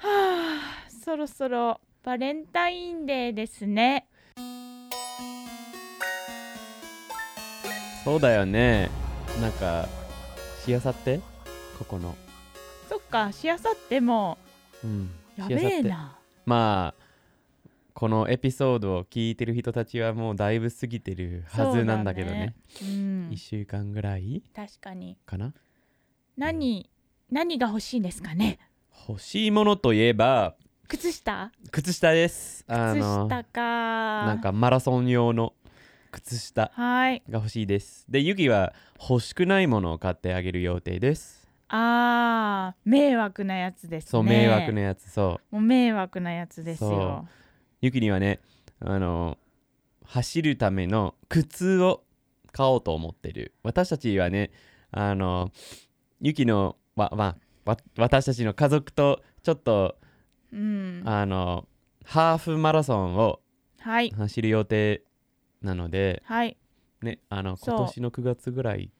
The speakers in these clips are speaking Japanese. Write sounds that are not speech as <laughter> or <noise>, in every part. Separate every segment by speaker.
Speaker 1: <sighs> そろそろバレンタインデーですね
Speaker 2: そうだよねなんかしあさってここの
Speaker 1: そっかしあさっても
Speaker 2: うん
Speaker 1: や
Speaker 2: し
Speaker 1: べ
Speaker 2: あさっ
Speaker 1: え
Speaker 2: て
Speaker 1: な
Speaker 2: まあこのエピソードを聞いてる人たちはもうだいぶ過ぎてるはずなんだけどね
Speaker 1: そうだ
Speaker 2: 一
Speaker 1: うん
Speaker 2: 1週間ぐらい
Speaker 1: 確かに
Speaker 2: かな
Speaker 1: 何何が欲しいんですかね
Speaker 2: 欲しいものといえば
Speaker 1: 靴下
Speaker 2: 靴下ですあ
Speaker 1: 靴
Speaker 2: の
Speaker 1: 下か
Speaker 2: なんかマラソン用の靴下
Speaker 1: はい
Speaker 2: が欲しいですでユキは欲しくないものを買ってあげる予定です
Speaker 1: あー迷惑なやつですね
Speaker 2: そう迷惑なやつそう
Speaker 1: もう迷惑なやつですよ
Speaker 2: ユキにはねあの走るための靴を買おうと思ってる私たちはねあのユキのわ、まあ、わ私たちの家族とちょっと
Speaker 1: うん
Speaker 2: あのハーフマラソンを
Speaker 1: はい
Speaker 2: 走る予定なので
Speaker 1: はい
Speaker 2: ねあの
Speaker 1: そう
Speaker 2: 今年の9月ぐらい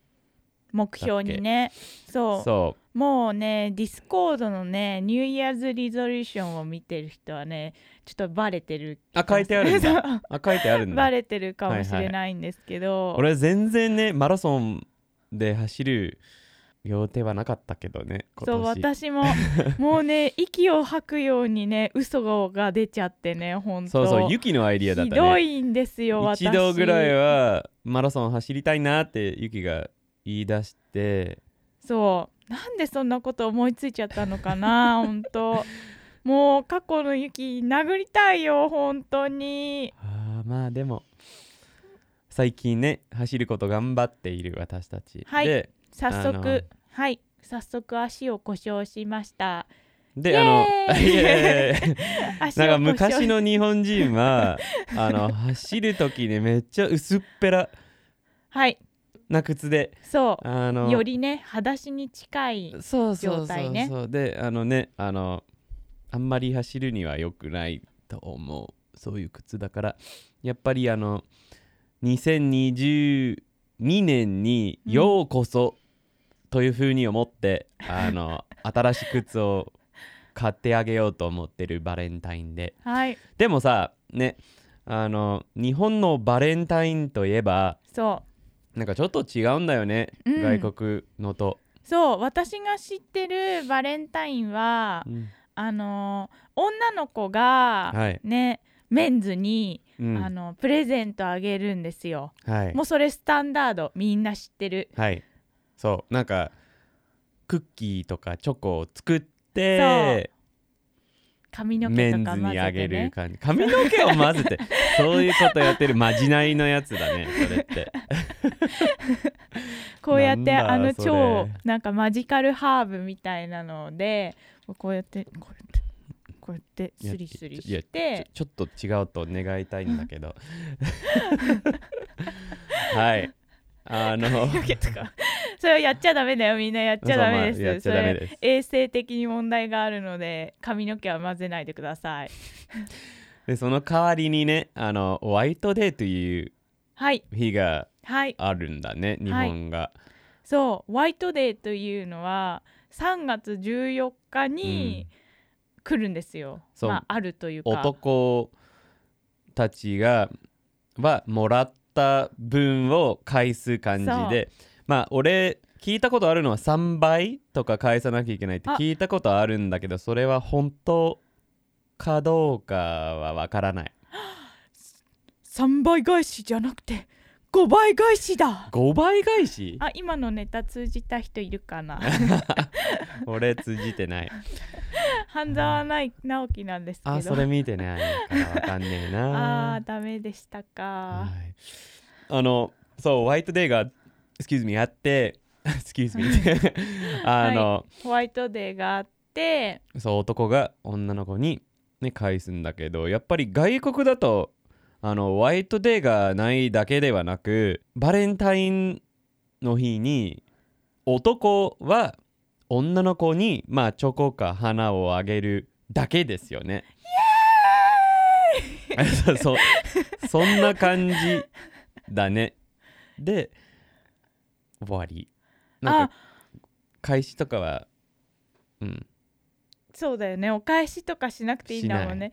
Speaker 1: 目標にねそう
Speaker 2: そ
Speaker 1: もうねディスコードのねニューイヤーズリゾリューションを見てる人はねちょっとバレてる
Speaker 2: あ書いてあるんだ
Speaker 1: そう
Speaker 2: うあ書いてあるん
Speaker 1: バ
Speaker 2: だ
Speaker 1: レてるかもしれないんですけど、
Speaker 2: 俺全然ねマラソンで走る予定はなかったけどね今
Speaker 1: そう
Speaker 2: 年
Speaker 1: 私
Speaker 2: <laughs>
Speaker 1: ももうね息を吐くようにね嘘が出ちゃってね本当
Speaker 2: そうそうユキのアイディアだっ
Speaker 1: ひ
Speaker 2: た
Speaker 1: ど
Speaker 2: ね
Speaker 1: いんですよ私
Speaker 2: 一度ぐらいはマラソン走りたいなってユキが言い出して
Speaker 1: そうなんでそんなこと思いついちゃったのかな本当もう過去の雪殴りたいよ本当に
Speaker 2: あーまあでも最近ね走ること頑張っている私たち、
Speaker 1: はい
Speaker 2: で
Speaker 1: 早
Speaker 2: あの
Speaker 1: 速はい早速足を故障しま
Speaker 2: <laughs>
Speaker 1: した
Speaker 2: であ
Speaker 1: イ
Speaker 2: の
Speaker 1: エーイ
Speaker 2: いやいやい
Speaker 1: <laughs>
Speaker 2: や
Speaker 1: 足
Speaker 2: なん
Speaker 1: を
Speaker 2: か
Speaker 1: 故障
Speaker 2: 昔の日本人
Speaker 1: <laughs>
Speaker 2: はあの走る時ねめっちゃ薄っぺら
Speaker 1: はい
Speaker 2: な靴で
Speaker 1: そ
Speaker 2: あの
Speaker 1: うよりね裸足に近い
Speaker 2: そうそうそう
Speaker 1: 状態ね
Speaker 2: そうであのねあのあんまり走るには良くないと思うそういう靴だからやっぱりあの2022年に「
Speaker 1: うん
Speaker 2: ようこそ」というふうに思って、あ
Speaker 1: <laughs>
Speaker 2: の新しい靴を買ってあげようと思ってるバレンタインで
Speaker 1: はい
Speaker 2: でもさねあの日本のバレンタインといえば
Speaker 1: そう
Speaker 2: なんかちょっと違うんだよね、
Speaker 1: うん
Speaker 2: 外国のと。
Speaker 1: そう私が知ってるバレンタインは
Speaker 2: うん
Speaker 1: あの女の子が、
Speaker 2: はい
Speaker 1: ねメンズに、
Speaker 2: うん
Speaker 1: あのプレゼントあげるんですよ。
Speaker 2: はい
Speaker 1: もうそれスタンダードみんな知ってる。
Speaker 2: はいそうなんかクッキーとかチョコを作って
Speaker 1: 髪の毛
Speaker 2: メ
Speaker 1: と
Speaker 2: ンズ
Speaker 1: か混
Speaker 2: に
Speaker 1: ぜ
Speaker 2: あ
Speaker 1: て
Speaker 2: げる
Speaker 1: ね。
Speaker 2: 感じ髪の毛を混
Speaker 1: <laughs>
Speaker 2: ぜてそういうことやってるまじないのやつだねそれって
Speaker 1: こうやって
Speaker 2: なんだ
Speaker 1: あの
Speaker 2: それ
Speaker 1: 超なんかマジカルハーブみたいなのでこうやってこうやってこうやってスリスリ
Speaker 2: いや
Speaker 1: し
Speaker 2: ちょ
Speaker 1: て
Speaker 2: ちょっと違うと願いたいんだけど <laughs> はいあの
Speaker 1: 髪の毛とかそれをやっちゃダメだよみんなやっちゃダメです。
Speaker 2: そうまあやっちゃダメです
Speaker 1: それ衛生的に問題があるので髪の毛は混ぜないでください。
Speaker 2: でその代わりにねあのホワイトデーという
Speaker 1: はい
Speaker 2: 日が
Speaker 1: はい
Speaker 2: あるんだね日本が、
Speaker 1: そうホワイトデーというのは3月14日に来るんですよ、
Speaker 2: そう
Speaker 1: まあ、あるというか
Speaker 2: 男たちがはもらった分を返す感じでまあ俺聞いたことあるのは3倍とか返さなきゃいけないって
Speaker 1: あ
Speaker 2: 聞いたことあるんだけどそれは本当かどうかはわからない
Speaker 1: 3倍返しじゃなくて5倍返しだ
Speaker 2: 5倍返し
Speaker 1: あ今のネタ通じた人いるか
Speaker 2: <laughs>
Speaker 1: な
Speaker 2: 俺通じ
Speaker 1: <laughs>
Speaker 2: てない
Speaker 1: 半沢ない直樹なんですけど
Speaker 2: あそれ見てないからわかんねえ
Speaker 1: <laughs> あ
Speaker 2: な
Speaker 1: ーダメでした
Speaker 2: は
Speaker 1: か、
Speaker 2: いあのそうホワイトデーが excuse me あって <laughs>
Speaker 1: <laughs>
Speaker 2: excuse me あの、
Speaker 1: ホワイトデーがあって
Speaker 2: そう男が女の子に、ね、返すんだけどやっぱり外国だとあのホワイトデーがないだけではなくバレンタインの日に男は女の子に、まあ、チョコか花をあげるだけですよね。 <laughs> そうそうそんな感じだね。で終わり。なんか開始とかは、うん、
Speaker 1: そうだよねお返しとかしなくていいんだもんね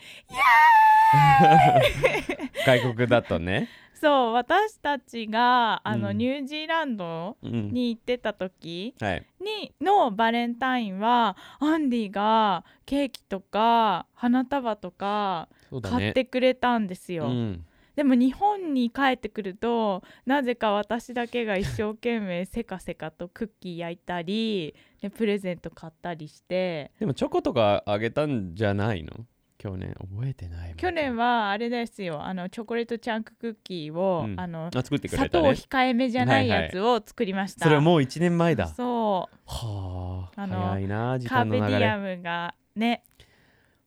Speaker 2: 外国だとね、
Speaker 1: そう私たちがあの、
Speaker 2: うん
Speaker 1: ニュージーランド
Speaker 2: うん、
Speaker 1: に行ってた時
Speaker 2: はい
Speaker 1: にのバレンタインはアンディがケーキとか花束とか
Speaker 2: そうだね
Speaker 1: 買ってくれたんです
Speaker 2: う
Speaker 1: よ、
Speaker 2: ん、
Speaker 1: でも日本に帰ってくるとなぜか私だけが一生懸命せかせかとクッキー焼いたりでプレゼント買ったりして
Speaker 2: でもチョコとかあげたんじゃないの去年覚えてない
Speaker 1: 去年
Speaker 2: は
Speaker 1: はあれですよあのチョコレートチャンククッキーを、
Speaker 2: うん
Speaker 1: あの
Speaker 2: あ作ってく
Speaker 1: 砂
Speaker 2: れた
Speaker 1: 糖
Speaker 2: ね
Speaker 1: 控えめじゃないやつを作りました、
Speaker 2: それはもう1年前だ
Speaker 1: そ
Speaker 2: はあ
Speaker 1: あの
Speaker 2: 早いな
Speaker 1: う
Speaker 2: 時
Speaker 1: カ
Speaker 2: 間
Speaker 1: ー
Speaker 2: の
Speaker 1: ベデ
Speaker 2: 流
Speaker 1: ィア
Speaker 2: れ
Speaker 1: ムがね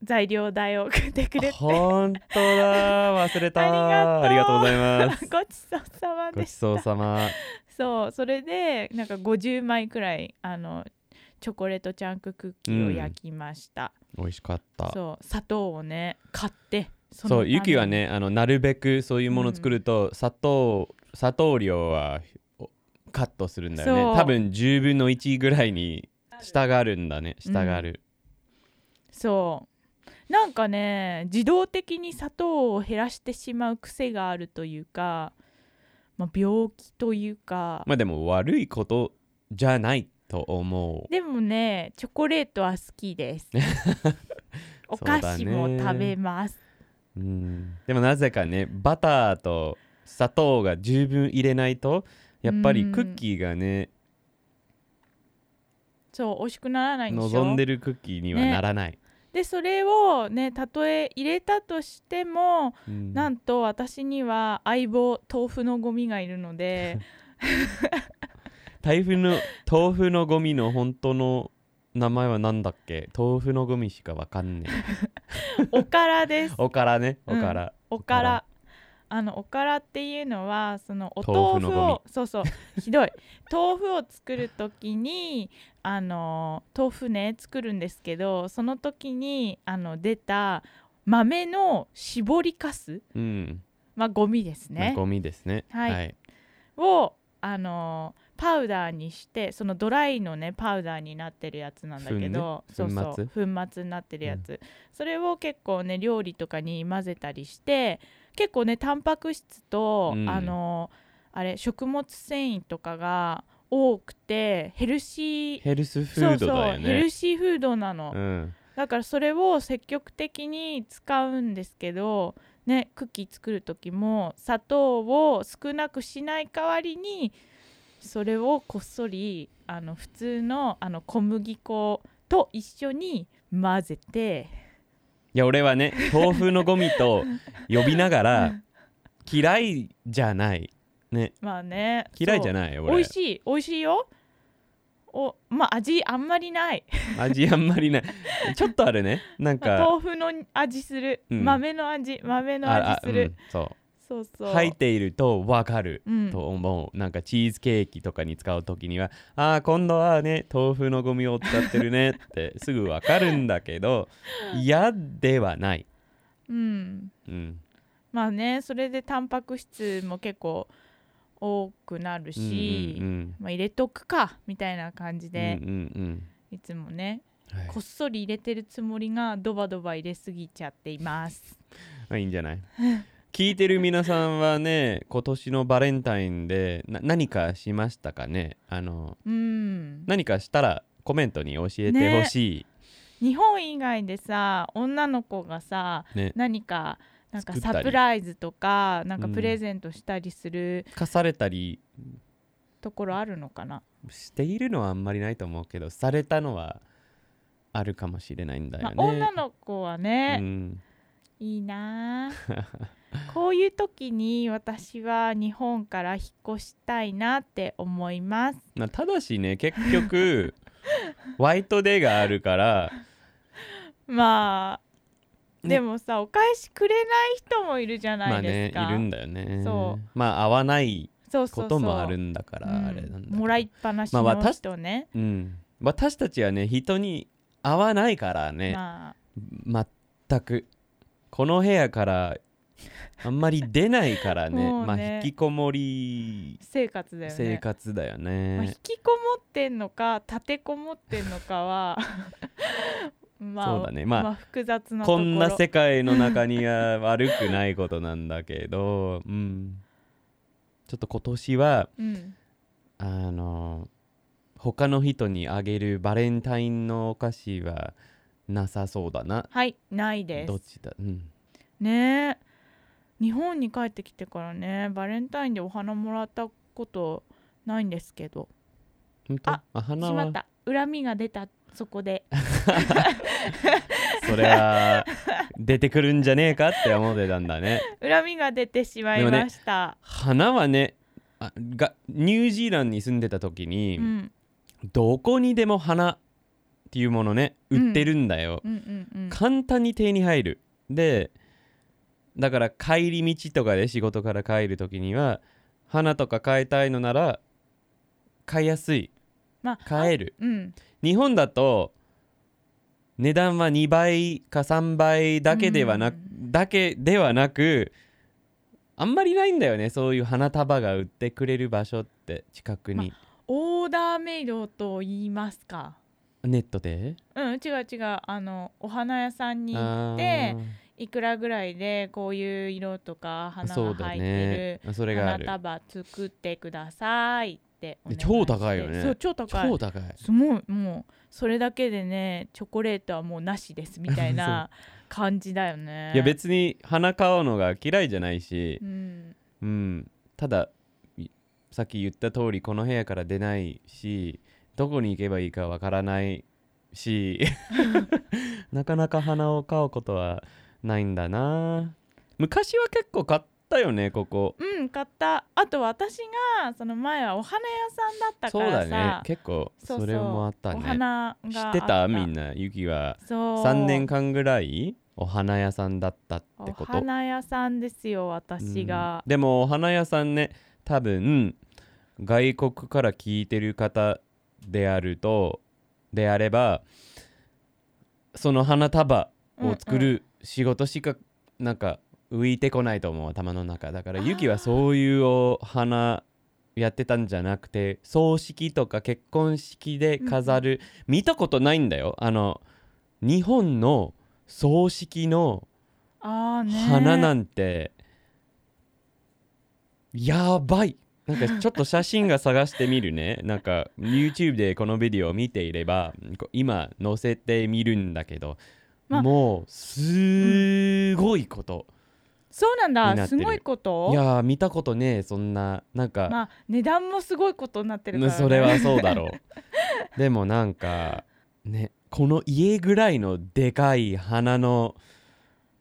Speaker 1: 材料代を送 <laughs> ってくれて
Speaker 2: 本当だ忘れた
Speaker 1: ありがとう
Speaker 2: ありがとうございます
Speaker 1: ごちそうさま
Speaker 2: ご
Speaker 1: で
Speaker 2: ち
Speaker 1: し
Speaker 2: そう
Speaker 1: た
Speaker 2: さま
Speaker 1: そうそれでなんか50枚くらいあのチョコレートチャンククッキーを焼きました、
Speaker 2: 美味しかったそう
Speaker 1: そう砂糖をね買ってそのために
Speaker 2: ゆきはねあのなるべくそういうものを作ると、砂糖砂糖量はおカットするんだよ
Speaker 1: そ
Speaker 2: ね
Speaker 1: う
Speaker 2: 多分10分の1ぐらいに下があるんだね下がある、
Speaker 1: そうなんかね自動的に砂糖を減らしてしまう癖があるというか、まあ、病気というか、
Speaker 2: まあでも悪いことじゃないと思
Speaker 1: でもねチョコレートは好きです
Speaker 2: <laughs>
Speaker 1: お
Speaker 2: そうだね
Speaker 1: 菓子も食べます
Speaker 2: う、うん、でもなぜかねバターと砂糖が十分入れないとやっぱりクッキーがね、
Speaker 1: そう美味しくならないんでしょ
Speaker 2: 望んでるクッキーには
Speaker 1: ね
Speaker 2: ならない、
Speaker 1: でそれをねたとえ入れたとしても
Speaker 2: うん
Speaker 1: なんと私には相棒豆腐のゴミがいるの <laughs> で
Speaker 2: 台風の豆腐のゴミの本当の名前はなんだっけ豆腐のゴミしかわかんね
Speaker 1: <laughs>
Speaker 2: え
Speaker 1: おからです
Speaker 2: おからねお
Speaker 1: うん
Speaker 2: から、
Speaker 1: おからあのおからっていうのはそのお豆
Speaker 2: 豆腐の
Speaker 1: 腐
Speaker 2: ゴ
Speaker 1: をそうそうひどい豆腐を作る時にあの豆腐ね作るんですけどその時にあの出た豆の絞りかす
Speaker 2: うん、
Speaker 1: まあゴミですね
Speaker 2: ゴミですね
Speaker 1: はい
Speaker 2: はい、
Speaker 1: をあのパウダーにしてそのドライのねパウダーになってるやつなんだけど、
Speaker 2: 粉
Speaker 1: そう
Speaker 2: ね
Speaker 1: そう粉末になってるやつ、それを結構ね料理とかに混ぜたりして結構ねタンパク質と、
Speaker 2: うん
Speaker 1: あのあれ食物繊維とかが多くてヘルシー
Speaker 2: ヘルスフードだ
Speaker 1: そう
Speaker 2: よ
Speaker 1: そうヘル
Speaker 2: ね
Speaker 1: シーフードなの、
Speaker 2: うん
Speaker 1: だからそれを積極的に使うんですけど、ね、クッキー作る時も砂糖を少なくしない代わりにそれをこっそりあの普通のあの小麦粉と一緒に混ぜて
Speaker 2: いや俺は
Speaker 1: <laughs>
Speaker 2: ね豆腐のゴミと呼びながら嫌いじゃないね
Speaker 1: まあね
Speaker 2: 嫌いじゃ
Speaker 1: ない
Speaker 2: ないよ
Speaker 1: 美
Speaker 2: 俺
Speaker 1: 味しい美味しいよおまあ味あんまりない、
Speaker 2: 味あんまりないちょっとあるねなん
Speaker 1: まあ
Speaker 2: か
Speaker 1: 豆腐の味する、
Speaker 2: うん
Speaker 1: 豆の味豆の
Speaker 2: ああ
Speaker 1: 味する、
Speaker 2: うんそ
Speaker 1: そう
Speaker 2: う
Speaker 1: そう
Speaker 2: 入っているとわかる
Speaker 1: うん
Speaker 2: と思うなんかチーズケーキとかに使う時には「ああ今度はね豆腐のゴミを使ってるね」って <laughs> すぐわかるんだけど嫌ではない、
Speaker 1: うん
Speaker 2: うん、
Speaker 1: まあねそれでタンパク質も結構多くなるし、
Speaker 2: うんうん
Speaker 1: まあ、入れとくかみたいな感じ
Speaker 2: うんう
Speaker 1: で
Speaker 2: ん、うん
Speaker 1: いつもね
Speaker 2: うんはい
Speaker 1: こっそり入れてるつもりがドバドバ入れすぎちゃっています
Speaker 2: まあ、いいんじゃない聞いてる皆さんはね今年のバレンタインでな何かしましたかねあの
Speaker 1: うん
Speaker 2: 何かしたらコメントに教えてほし
Speaker 1: 日本以外でさ女の子がさ
Speaker 2: い、ね
Speaker 1: 何かなんか
Speaker 2: 作ったり
Speaker 1: サプライズとかなんか
Speaker 2: うん
Speaker 1: プレゼントしたりする
Speaker 2: 課されたり
Speaker 1: ところあるのかな、
Speaker 2: しているのはあんまりないと思うけどされたのはあるかもしれないんだよ
Speaker 1: まあ
Speaker 2: ね、、
Speaker 1: 女の子はね、
Speaker 2: うん、
Speaker 1: いい
Speaker 2: <laughs>
Speaker 1: なあこういう時に私は日本から引っ越したいなって思います
Speaker 2: まあ、ただしね結局 <laughs> ワイトデーがあるから
Speaker 1: まあ、
Speaker 2: ね
Speaker 1: でもさお返しくれない人もいるじゃ
Speaker 2: ま
Speaker 1: な
Speaker 2: あ
Speaker 1: い
Speaker 2: ね
Speaker 1: です
Speaker 2: い
Speaker 1: か、
Speaker 2: るんだよね
Speaker 1: そ
Speaker 2: まあ合わない
Speaker 1: そうそうそう
Speaker 2: こともあるんだから
Speaker 1: うん
Speaker 2: あれなんだけど
Speaker 1: もらいっぱなし
Speaker 2: まあ
Speaker 1: の
Speaker 2: 私
Speaker 1: 人ね
Speaker 2: うん、私たちはね人に合わないからね、
Speaker 1: まあ
Speaker 2: 全くこの部屋からあんまり出ないからね
Speaker 1: <laughs> もうね
Speaker 2: まあ引きこもり
Speaker 1: 生活だよね
Speaker 2: 生活だよね
Speaker 1: まあ、引きこもってんのか立てこもってんのかは <laughs> まあ
Speaker 2: そうだねまあ
Speaker 1: 複雑なとこ
Speaker 2: こ
Speaker 1: ろ
Speaker 2: んな世界の中には悪くないことなんだ
Speaker 1: <laughs>
Speaker 2: けど、うん、ちょっと今年は
Speaker 1: うん
Speaker 2: あの他の人にあげるバレンタインのお菓子はなさそうだな
Speaker 1: はいないで
Speaker 2: どっ
Speaker 1: す
Speaker 2: ちだ、うん、
Speaker 1: ねえ日本に帰ってきてからねバレンタインでお花もらったことないんですけど
Speaker 2: 本当
Speaker 1: あ
Speaker 2: あ
Speaker 1: し
Speaker 2: 花
Speaker 1: ま
Speaker 2: は
Speaker 1: った恨みが出たそこで <laughs>
Speaker 2: それは出てくるんじゃねえかって思ってたんだね
Speaker 1: 恨みが出てしまい
Speaker 2: でもね
Speaker 1: ま
Speaker 2: <laughs>
Speaker 1: した、
Speaker 2: 花はねあがニュージーランドに住んでた時に、
Speaker 1: うん
Speaker 2: どこにでも花っていうものね売ってるんだよ、
Speaker 1: うんうんうん
Speaker 2: 簡単に手に入るでだから帰り道とかで仕事から帰る時には花とか買いたいのなら買いやすい
Speaker 1: まあ
Speaker 2: 買える
Speaker 1: うん
Speaker 2: 日本だと値段は2倍か3倍だけではなく、
Speaker 1: うん
Speaker 2: だけではなくあんまりないんだよねそういう花束が売ってくれる場所って近くに、
Speaker 1: オーダーメイドと言いますか
Speaker 2: ネットで
Speaker 1: うん違う違うあのお花屋さんに行
Speaker 2: あ
Speaker 1: って
Speaker 2: ー
Speaker 1: いくらぐらいでこういう色とか花
Speaker 2: そ
Speaker 1: が
Speaker 2: うだ
Speaker 1: 入ってる
Speaker 2: ねそれがあ
Speaker 1: 花
Speaker 2: る
Speaker 1: 束作ってくださいってお願いして
Speaker 2: 超高いよね
Speaker 1: そう超高い
Speaker 2: 超高い
Speaker 1: すごいもうそれだけでねチョコレートはもうなしですみたい
Speaker 2: <laughs>
Speaker 1: な感じだよね
Speaker 2: いや別に花買うのが嫌いじゃないし
Speaker 1: う、ん
Speaker 2: うん、ただいさっき言った通りこの部屋から出ないしどこに行けばいいかわからない
Speaker 1: <laughs>
Speaker 2: しなかなか花を買うことはないんだな昔は結構買ったよねここ
Speaker 1: うん買ったあと私がその前はお花屋さんだったか
Speaker 2: そう
Speaker 1: らさ
Speaker 2: だね結構
Speaker 1: そうそう
Speaker 2: それもあった
Speaker 1: お
Speaker 2: ね
Speaker 1: 花が
Speaker 2: 知
Speaker 1: あ
Speaker 2: っ
Speaker 1: って
Speaker 2: たみん
Speaker 1: な
Speaker 2: なゆきは
Speaker 1: そう
Speaker 2: 3年間ぐらいお花屋さんだったってこ
Speaker 1: お
Speaker 2: と
Speaker 1: 花屋さんですよ私が
Speaker 2: うん、でもお花屋さんね多分外国から聞いてる方であるとであればその花束を作
Speaker 1: うんうん
Speaker 2: る仕事しかなんか浮いてこないと思う頭の中だから
Speaker 1: あー
Speaker 2: ユキはそういうお花やってたんじゃなくて葬式とか結婚式で飾る、見たことないんだよあの日本の葬式の
Speaker 1: あーね
Speaker 2: 花なんてやばいなんかちょっと写真が探してみ
Speaker 1: <laughs>
Speaker 2: るねなんか YouTube でこのビデオを見ていればこ今載せてみるんだけど、
Speaker 1: まあ
Speaker 2: もうすごいこと、
Speaker 1: そうなん
Speaker 2: にな
Speaker 1: だ
Speaker 2: って
Speaker 1: す
Speaker 2: る
Speaker 1: ごいこと
Speaker 2: いやー見たことねえそんななんか、
Speaker 1: まあ値段もすごいことになってるから、ね、
Speaker 2: それはそうだろう <laughs> でもなんかねこの家ぐらいのでかい花の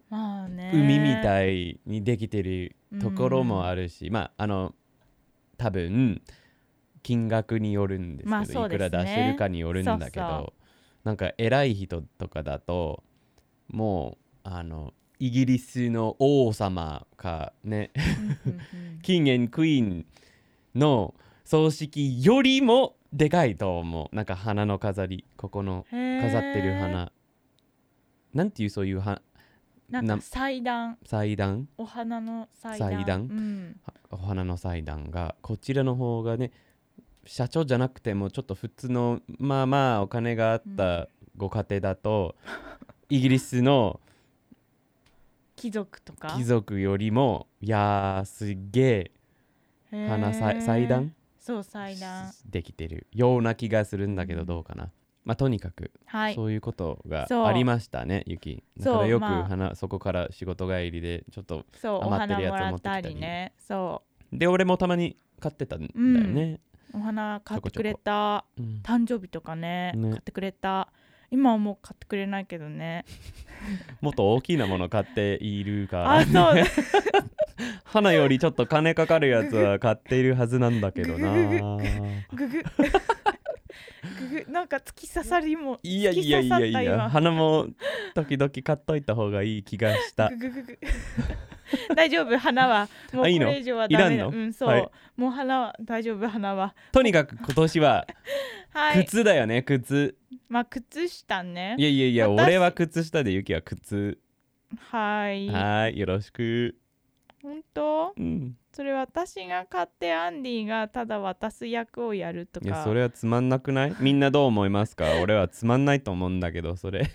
Speaker 1: まあね
Speaker 2: 海み
Speaker 1: い
Speaker 2: たいにできてるところもあるし、まああの多分金額によるんですけど、
Speaker 1: まあそう
Speaker 2: い
Speaker 1: で
Speaker 2: く
Speaker 1: すね
Speaker 2: ら出してるかによるんだけど
Speaker 1: そうそ
Speaker 2: なんか偉い人とかだともうあのイギリスの王様かね <laughs> キングクイーンの葬式よりもでかいと思うなんか花の飾りここの飾ってる花なんていうそういうは
Speaker 1: なんか祭壇
Speaker 2: 祭壇
Speaker 1: お花の祭壇
Speaker 2: 祭壇
Speaker 1: うん
Speaker 2: お花の祭壇がこちらの方がね社長じゃなくてもちょっと普通のまあまあお金があったご家庭だと、イギリ
Speaker 1: <laughs>
Speaker 2: スの
Speaker 1: 貴族とか
Speaker 2: 貴族よりもいやーすっげえ花祭祭壇
Speaker 1: そう祭壇
Speaker 2: できてるような気がするんだけ
Speaker 1: う
Speaker 2: ど
Speaker 1: ん
Speaker 2: どうかな、まあとにかく、
Speaker 1: はい
Speaker 2: そういうことが
Speaker 1: そう
Speaker 2: ありましたねゆきだ
Speaker 1: そう
Speaker 2: からよく
Speaker 1: まあ
Speaker 2: 花、そこから仕事帰りでちょっと
Speaker 1: そうお
Speaker 2: 余って
Speaker 1: 花
Speaker 2: るやつ
Speaker 1: もら
Speaker 2: を持
Speaker 1: っ
Speaker 2: ってきた
Speaker 1: た
Speaker 2: り
Speaker 1: りねそ
Speaker 2: で俺もたまに買ってたんだよね、
Speaker 1: うお花買ってくれ
Speaker 2: ちょこ
Speaker 1: た
Speaker 2: うん
Speaker 1: 誕生日とかね
Speaker 2: ね
Speaker 1: 買ってくれた今はもう買ってくれないけどね
Speaker 2: もっと大きなもの買っているから
Speaker 1: あそう
Speaker 2: 花よりちょっと金かかるやつは買っているはずなんだけどな
Speaker 1: ググググなんか突き刺さりも
Speaker 2: <laughs> いやいやいや
Speaker 1: 突き刺
Speaker 2: い
Speaker 1: さった今
Speaker 2: や花も時々買っといた方がいい気がした <laughs>
Speaker 1: グググ <laughs> グ大丈夫花はもうこ
Speaker 2: あいいの
Speaker 1: れ以上はダメ
Speaker 2: い
Speaker 1: だ
Speaker 2: らん
Speaker 1: う
Speaker 2: の
Speaker 1: んそう、
Speaker 2: はい
Speaker 1: もう花は大丈夫花は
Speaker 2: とにかく今年は
Speaker 1: はい
Speaker 2: 靴だよね靴
Speaker 1: まあ靴下ね
Speaker 2: いやいやいや
Speaker 1: 私
Speaker 2: 俺は靴下でゆきは靴
Speaker 1: はい
Speaker 2: はーいよろしく
Speaker 1: 本当
Speaker 2: うん、
Speaker 1: それ私が買ってアンディがただ渡す役をやると
Speaker 2: いや
Speaker 1: か
Speaker 2: それはつまんなくないみんなどう思いますか俺はつまんないと思うんだけどそれ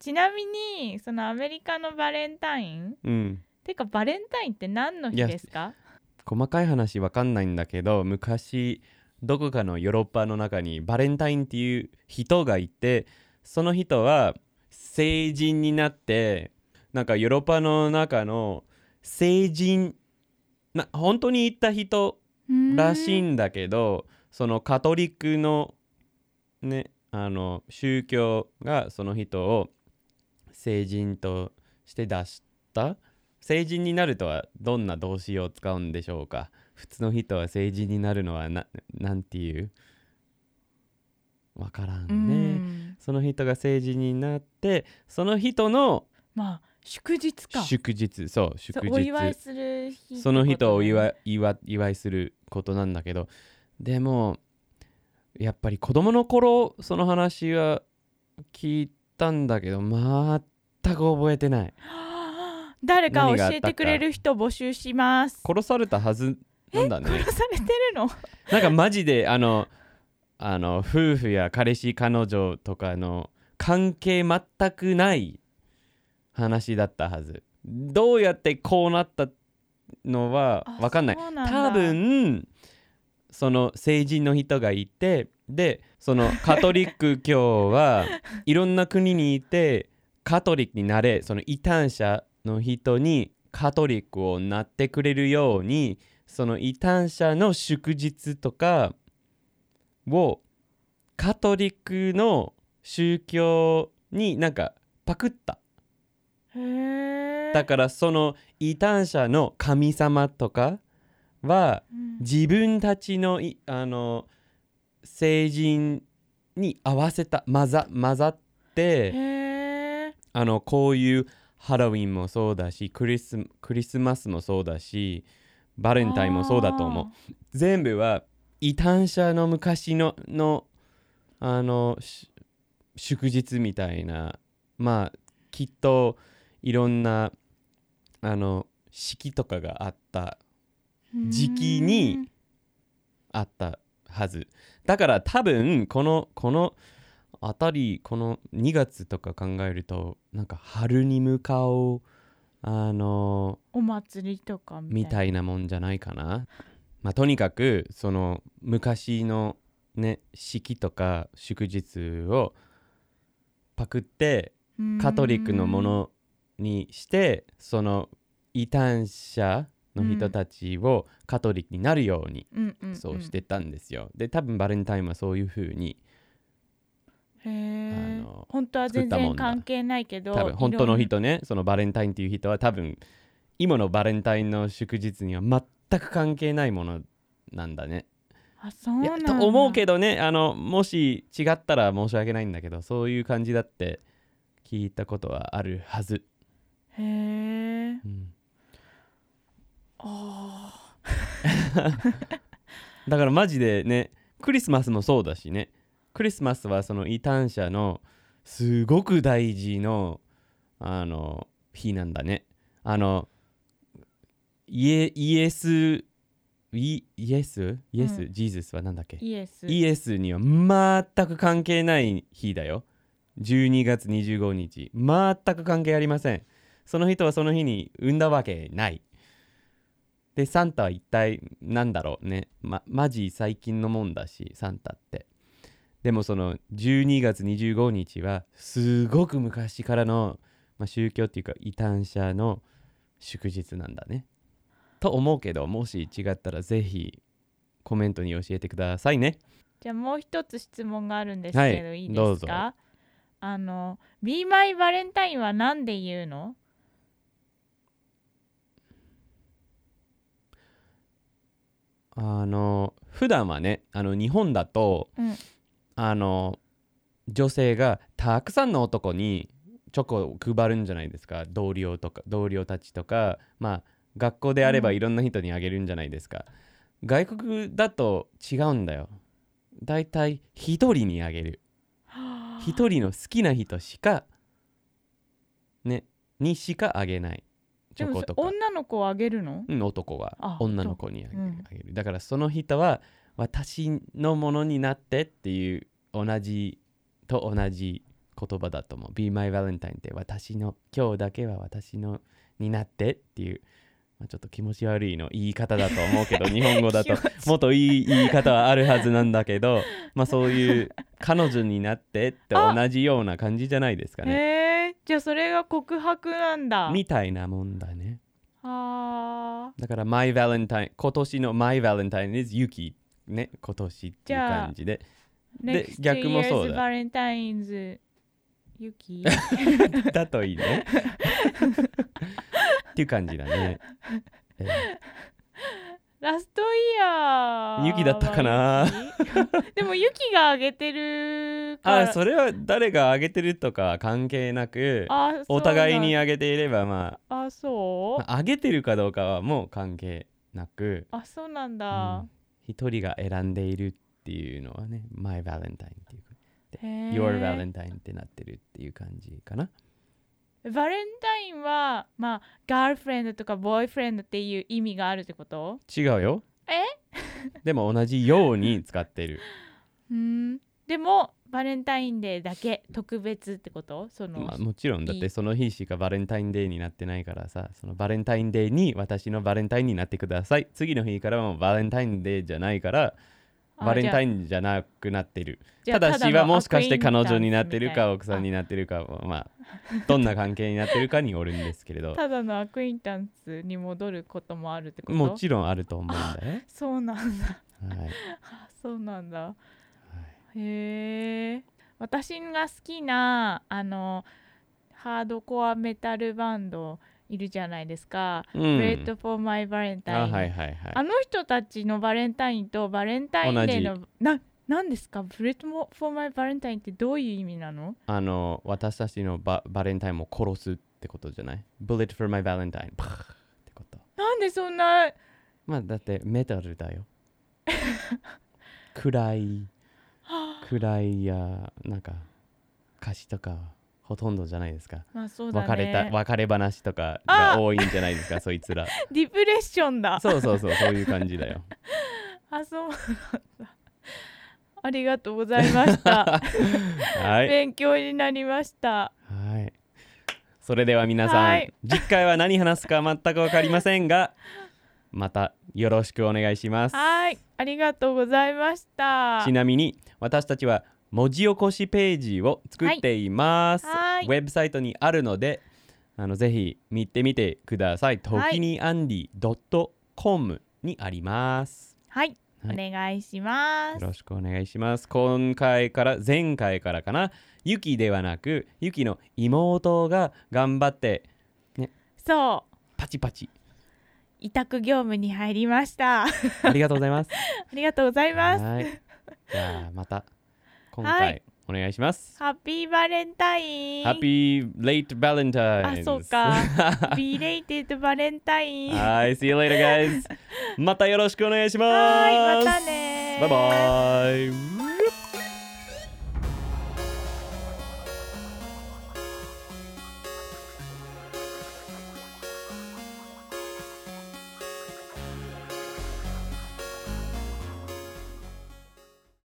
Speaker 1: ちなみにそのアメリカのバレンタイン
Speaker 2: うん
Speaker 1: てかバレンタインって何の日
Speaker 2: いや
Speaker 1: ですか
Speaker 2: 細かい話わかんないんだけど昔どこかのヨーロッパの中にバレンタインっていう人がいてその人は成人になってなんかヨーロッパの中の成人な本当に行った人らしい
Speaker 1: うん
Speaker 2: だけどそのカトリックのねあの宗教がその人を成人として出した成人になるとはどんな動詞を使うんでしょうか普通の人は成人になるのはななんていうわから
Speaker 1: ー
Speaker 2: ん
Speaker 1: ん
Speaker 2: ね、その人が成人になってその人の
Speaker 1: まあ祝日か
Speaker 2: 祝日そう祝
Speaker 1: そう
Speaker 2: 日
Speaker 1: お祝いする日
Speaker 2: その人をお祝
Speaker 1: い
Speaker 2: い祝祝いすることなんだけどでもやっぱり子供の頃その話は聞いたんだけど全く覚えてない
Speaker 1: 誰か
Speaker 2: 何があ
Speaker 1: 教
Speaker 2: ったか
Speaker 1: えてくれる人募集します
Speaker 2: 殺されたはずなんだね
Speaker 1: 殺されてるの
Speaker 2: なんかマジであのあの夫婦や彼氏彼女とかの関係全くない話だったはずどうやってこうなったのは
Speaker 1: あ
Speaker 2: 分かんない
Speaker 1: そうなだ
Speaker 2: 多分その成人の人がいてでそのカトリック
Speaker 1: <laughs>
Speaker 2: 教はいろんな国にいてカトリックになれその異端者の人にカトリックをなってくれるようにその異端者の祝日とかをカトリックの宗教になんかパクった
Speaker 1: へ
Speaker 2: だ
Speaker 1: ら、
Speaker 2: からその異端者の神様とかは
Speaker 1: うん
Speaker 2: 自分たちのいあの成人に合わせた混ざ混ざって
Speaker 1: へー
Speaker 2: あのこういうハロウィンもそうだしクリスクリスマスもそうだしバレンタインもそうだと思う
Speaker 1: あ
Speaker 2: 全部は異端者の昔ののあのし祝日みたいなまあきっといろんなあの式とかがあった
Speaker 1: ー
Speaker 2: 時期に
Speaker 1: うん
Speaker 2: あったはずだから多分このこのあたりこの2月とか考えるとなんか春に向かうあの
Speaker 1: お祭りとかみ
Speaker 2: み
Speaker 1: たい
Speaker 2: たいなもんじゃないかな、まあ、とにかくその昔のね式とか祝日をパクって
Speaker 1: な
Speaker 2: カトリックのものにしてその異端者の人たちをカトリックになるように
Speaker 1: うんうんん
Speaker 2: そうしてたんですよ。で多分バレンタインはそういう風に
Speaker 1: へえ
Speaker 2: あの
Speaker 1: 本当は全
Speaker 2: 作ったも
Speaker 1: 然
Speaker 2: んだ
Speaker 1: 関係ないけど
Speaker 2: 多分本当の
Speaker 1: いろ
Speaker 2: 人ねそのバレンタインっていう人は多分今のバレンタインの祝日には全く関係ないものなんだね。
Speaker 1: んなあそう
Speaker 2: い
Speaker 1: な
Speaker 2: や
Speaker 1: んだ
Speaker 2: と思うけどねあのもし違ったら申し訳ないんだけどそういう感じだって聞いたことはあるはず。
Speaker 1: へえ
Speaker 2: うん
Speaker 1: あ
Speaker 2: だからマジでねクリスマスもそうだしねクリスマスはその異端者のすごく大事のあの日なんだねあのイエイエスイイエスイエ
Speaker 1: う
Speaker 2: ス、
Speaker 1: ん
Speaker 2: ジーズスはなんだっけ
Speaker 1: ーイエス
Speaker 2: イエスには全く関係ない日だよ12月25日全く関係ありませんその人はその日に産んだわけないでサンタは一体なんだろうねまマジ最近のもんだしサンタってでもその12月25日はすごく昔からの、まあ、宗教っていうか異端者の祝日なんだねと思うけどもし違ったらぜひコメントに教えてくださいね
Speaker 1: じゃあもう一つ質問があるんですけど、、
Speaker 2: はいい
Speaker 1: いで
Speaker 2: どう
Speaker 1: す
Speaker 2: ぞ
Speaker 1: かあの「Be My Valentine」はなんで言うの
Speaker 2: あの普段はねあの日本だと、
Speaker 1: うん
Speaker 2: あの女性がたくさんの男にチョコを配るんじゃないですか同僚とか同僚たちとかまあ学校であれば
Speaker 1: うん
Speaker 2: いろんな人にあげるんじゃないですか、外国だと違うんだよだいたい一人にあげる一人の好きな人しかねにしかあげない
Speaker 1: で
Speaker 2: チ
Speaker 1: も
Speaker 2: ョコ
Speaker 1: それ
Speaker 2: とか、
Speaker 1: 女の子をあげるの
Speaker 2: うん、男が
Speaker 1: あ
Speaker 2: 女の子にあげる,、
Speaker 1: うん
Speaker 2: あげるだからその人は私のものになってっていう同じと同じ言葉だと思う Be my valentine って私の今日だけは私のになってっていう、まあ、ちょっと気持ち悪いの言い方だと思
Speaker 1: <laughs>
Speaker 2: うけど日本語だと
Speaker 1: 気持ち
Speaker 2: もっといい言い方はあるはずなんだけどまあそういう
Speaker 1: <laughs>
Speaker 2: 彼女になってって
Speaker 1: あ
Speaker 2: 同じような感じじゃないですかね
Speaker 1: へえじゃあそれが告白なんだ
Speaker 2: みたいなもんだね
Speaker 1: あー
Speaker 2: だから My Valentine 今年の My Valentine is 雪ね今年っていう感じでで
Speaker 1: Next
Speaker 2: 逆もそうだ
Speaker 1: year's Valentine's ユキ
Speaker 2: だといいねっていう感じだね、え
Speaker 1: <laughs> ラストイヤー
Speaker 2: ユキだったかな
Speaker 1: はユキ <laughs> でもユキがあげてる
Speaker 2: ー
Speaker 1: から
Speaker 2: あそれは誰があげてるとか関係なく
Speaker 1: あそう
Speaker 2: お互いに
Speaker 1: なん
Speaker 2: あげていればま
Speaker 1: あそ
Speaker 2: あ
Speaker 1: う
Speaker 2: まああげてるかどうかはもう関係なく
Speaker 1: あそうなん
Speaker 2: う
Speaker 1: だ
Speaker 2: ん、一、人が選んでいるっていうのはね My Valentine っていうか
Speaker 1: へえ
Speaker 2: Your Valentine ってなってるっていう感じかな
Speaker 1: バレンタインはまあガールフレンドとかボーイフレンドっていう意味があるってこと
Speaker 2: 違うよ
Speaker 1: え
Speaker 2: でも同じように使ってる
Speaker 1: うんでもバレンタインデーだけ特別ってことその、
Speaker 2: まあ、もちろんだっ
Speaker 1: い
Speaker 2: て
Speaker 1: い
Speaker 2: その日しかバレンタインデーになってないからさそのバレンタインデーに私のバレンタインになってください次の日からはもうバレンタインデーじゃないから
Speaker 1: あ
Speaker 2: バレンタイ
Speaker 1: ン
Speaker 2: ンじゃなくなってるただしはもしかして彼女になってるか奥さんに
Speaker 1: な
Speaker 2: なってるかはまあどんな関係になってるかによるんですけ
Speaker 1: <laughs>
Speaker 2: れど
Speaker 1: ただのアクインタンスに戻ることもあるってこと
Speaker 2: もちろんあると思うんだよ、
Speaker 1: そうなんだ <laughs>
Speaker 2: はいはい、
Speaker 1: そうなんだへえ私が好きなあのハードコアメタルバンドいるじゃないですか、
Speaker 2: う
Speaker 1: ブ
Speaker 2: ん
Speaker 1: レッド・フォー・マイ・バレン
Speaker 2: あ
Speaker 1: タイン、
Speaker 2: はいはいはい
Speaker 1: あの人たちのバレンタインとバレンタインデーのななんですかブレッド・フォー・マイ・バレンタインってどういう意味なの
Speaker 2: あの私たちのババレンタインも殺すってことじゃない ?Bullet for my Valentine パーってこと
Speaker 1: なんでそんな
Speaker 2: まあだってメタ
Speaker 1: <laughs>
Speaker 2: ルだよ暗い暗いやなんか歌詞とかはほとんどじゃないですか、
Speaker 1: まあそうだね
Speaker 2: 別れた別れ話とかが多いんじゃないです
Speaker 1: <laughs>
Speaker 2: かそいつら
Speaker 1: ディプレッションだ
Speaker 2: そうそうそうそういう感じだよ
Speaker 1: あそうなんだありがとうございました、
Speaker 2: <laughs> はい
Speaker 1: 勉強になりました
Speaker 2: はいそれでは皆さん、
Speaker 1: はい
Speaker 2: 次回は何話すか全く分かりませんがまたよろしくお願いします
Speaker 1: はいありがとうございました
Speaker 2: ちなみに私たちは文字起こしページを作っています。
Speaker 1: はいはい
Speaker 2: ウェブサイトにあるのであのぜひ見てみてください。と
Speaker 1: はい
Speaker 2: きにアンディ .com にあります。
Speaker 1: はい、
Speaker 2: はい
Speaker 1: お願いしま
Speaker 2: よ
Speaker 1: す
Speaker 2: ろしくお願いします。今回から前回からかな、ユキではなくユキの妹が頑張って
Speaker 1: そう
Speaker 2: パチパチ。
Speaker 1: 委託業務に入りました <laughs> あ
Speaker 2: ありがとうござ
Speaker 1: <laughs>
Speaker 2: います。
Speaker 1: りがとうございます
Speaker 2: はい。じゃあまた今
Speaker 1: は
Speaker 2: 回
Speaker 1: い
Speaker 2: お願いします。
Speaker 1: ハッピーバレンタイン
Speaker 2: ハッピーレイトバレンタイン。
Speaker 1: あそうかビレイテッドバレンタイン
Speaker 2: <laughs>
Speaker 1: は
Speaker 2: はい、see you later, guys. またよろしくお願いします。
Speaker 1: ーいまたねー
Speaker 2: バイバイ。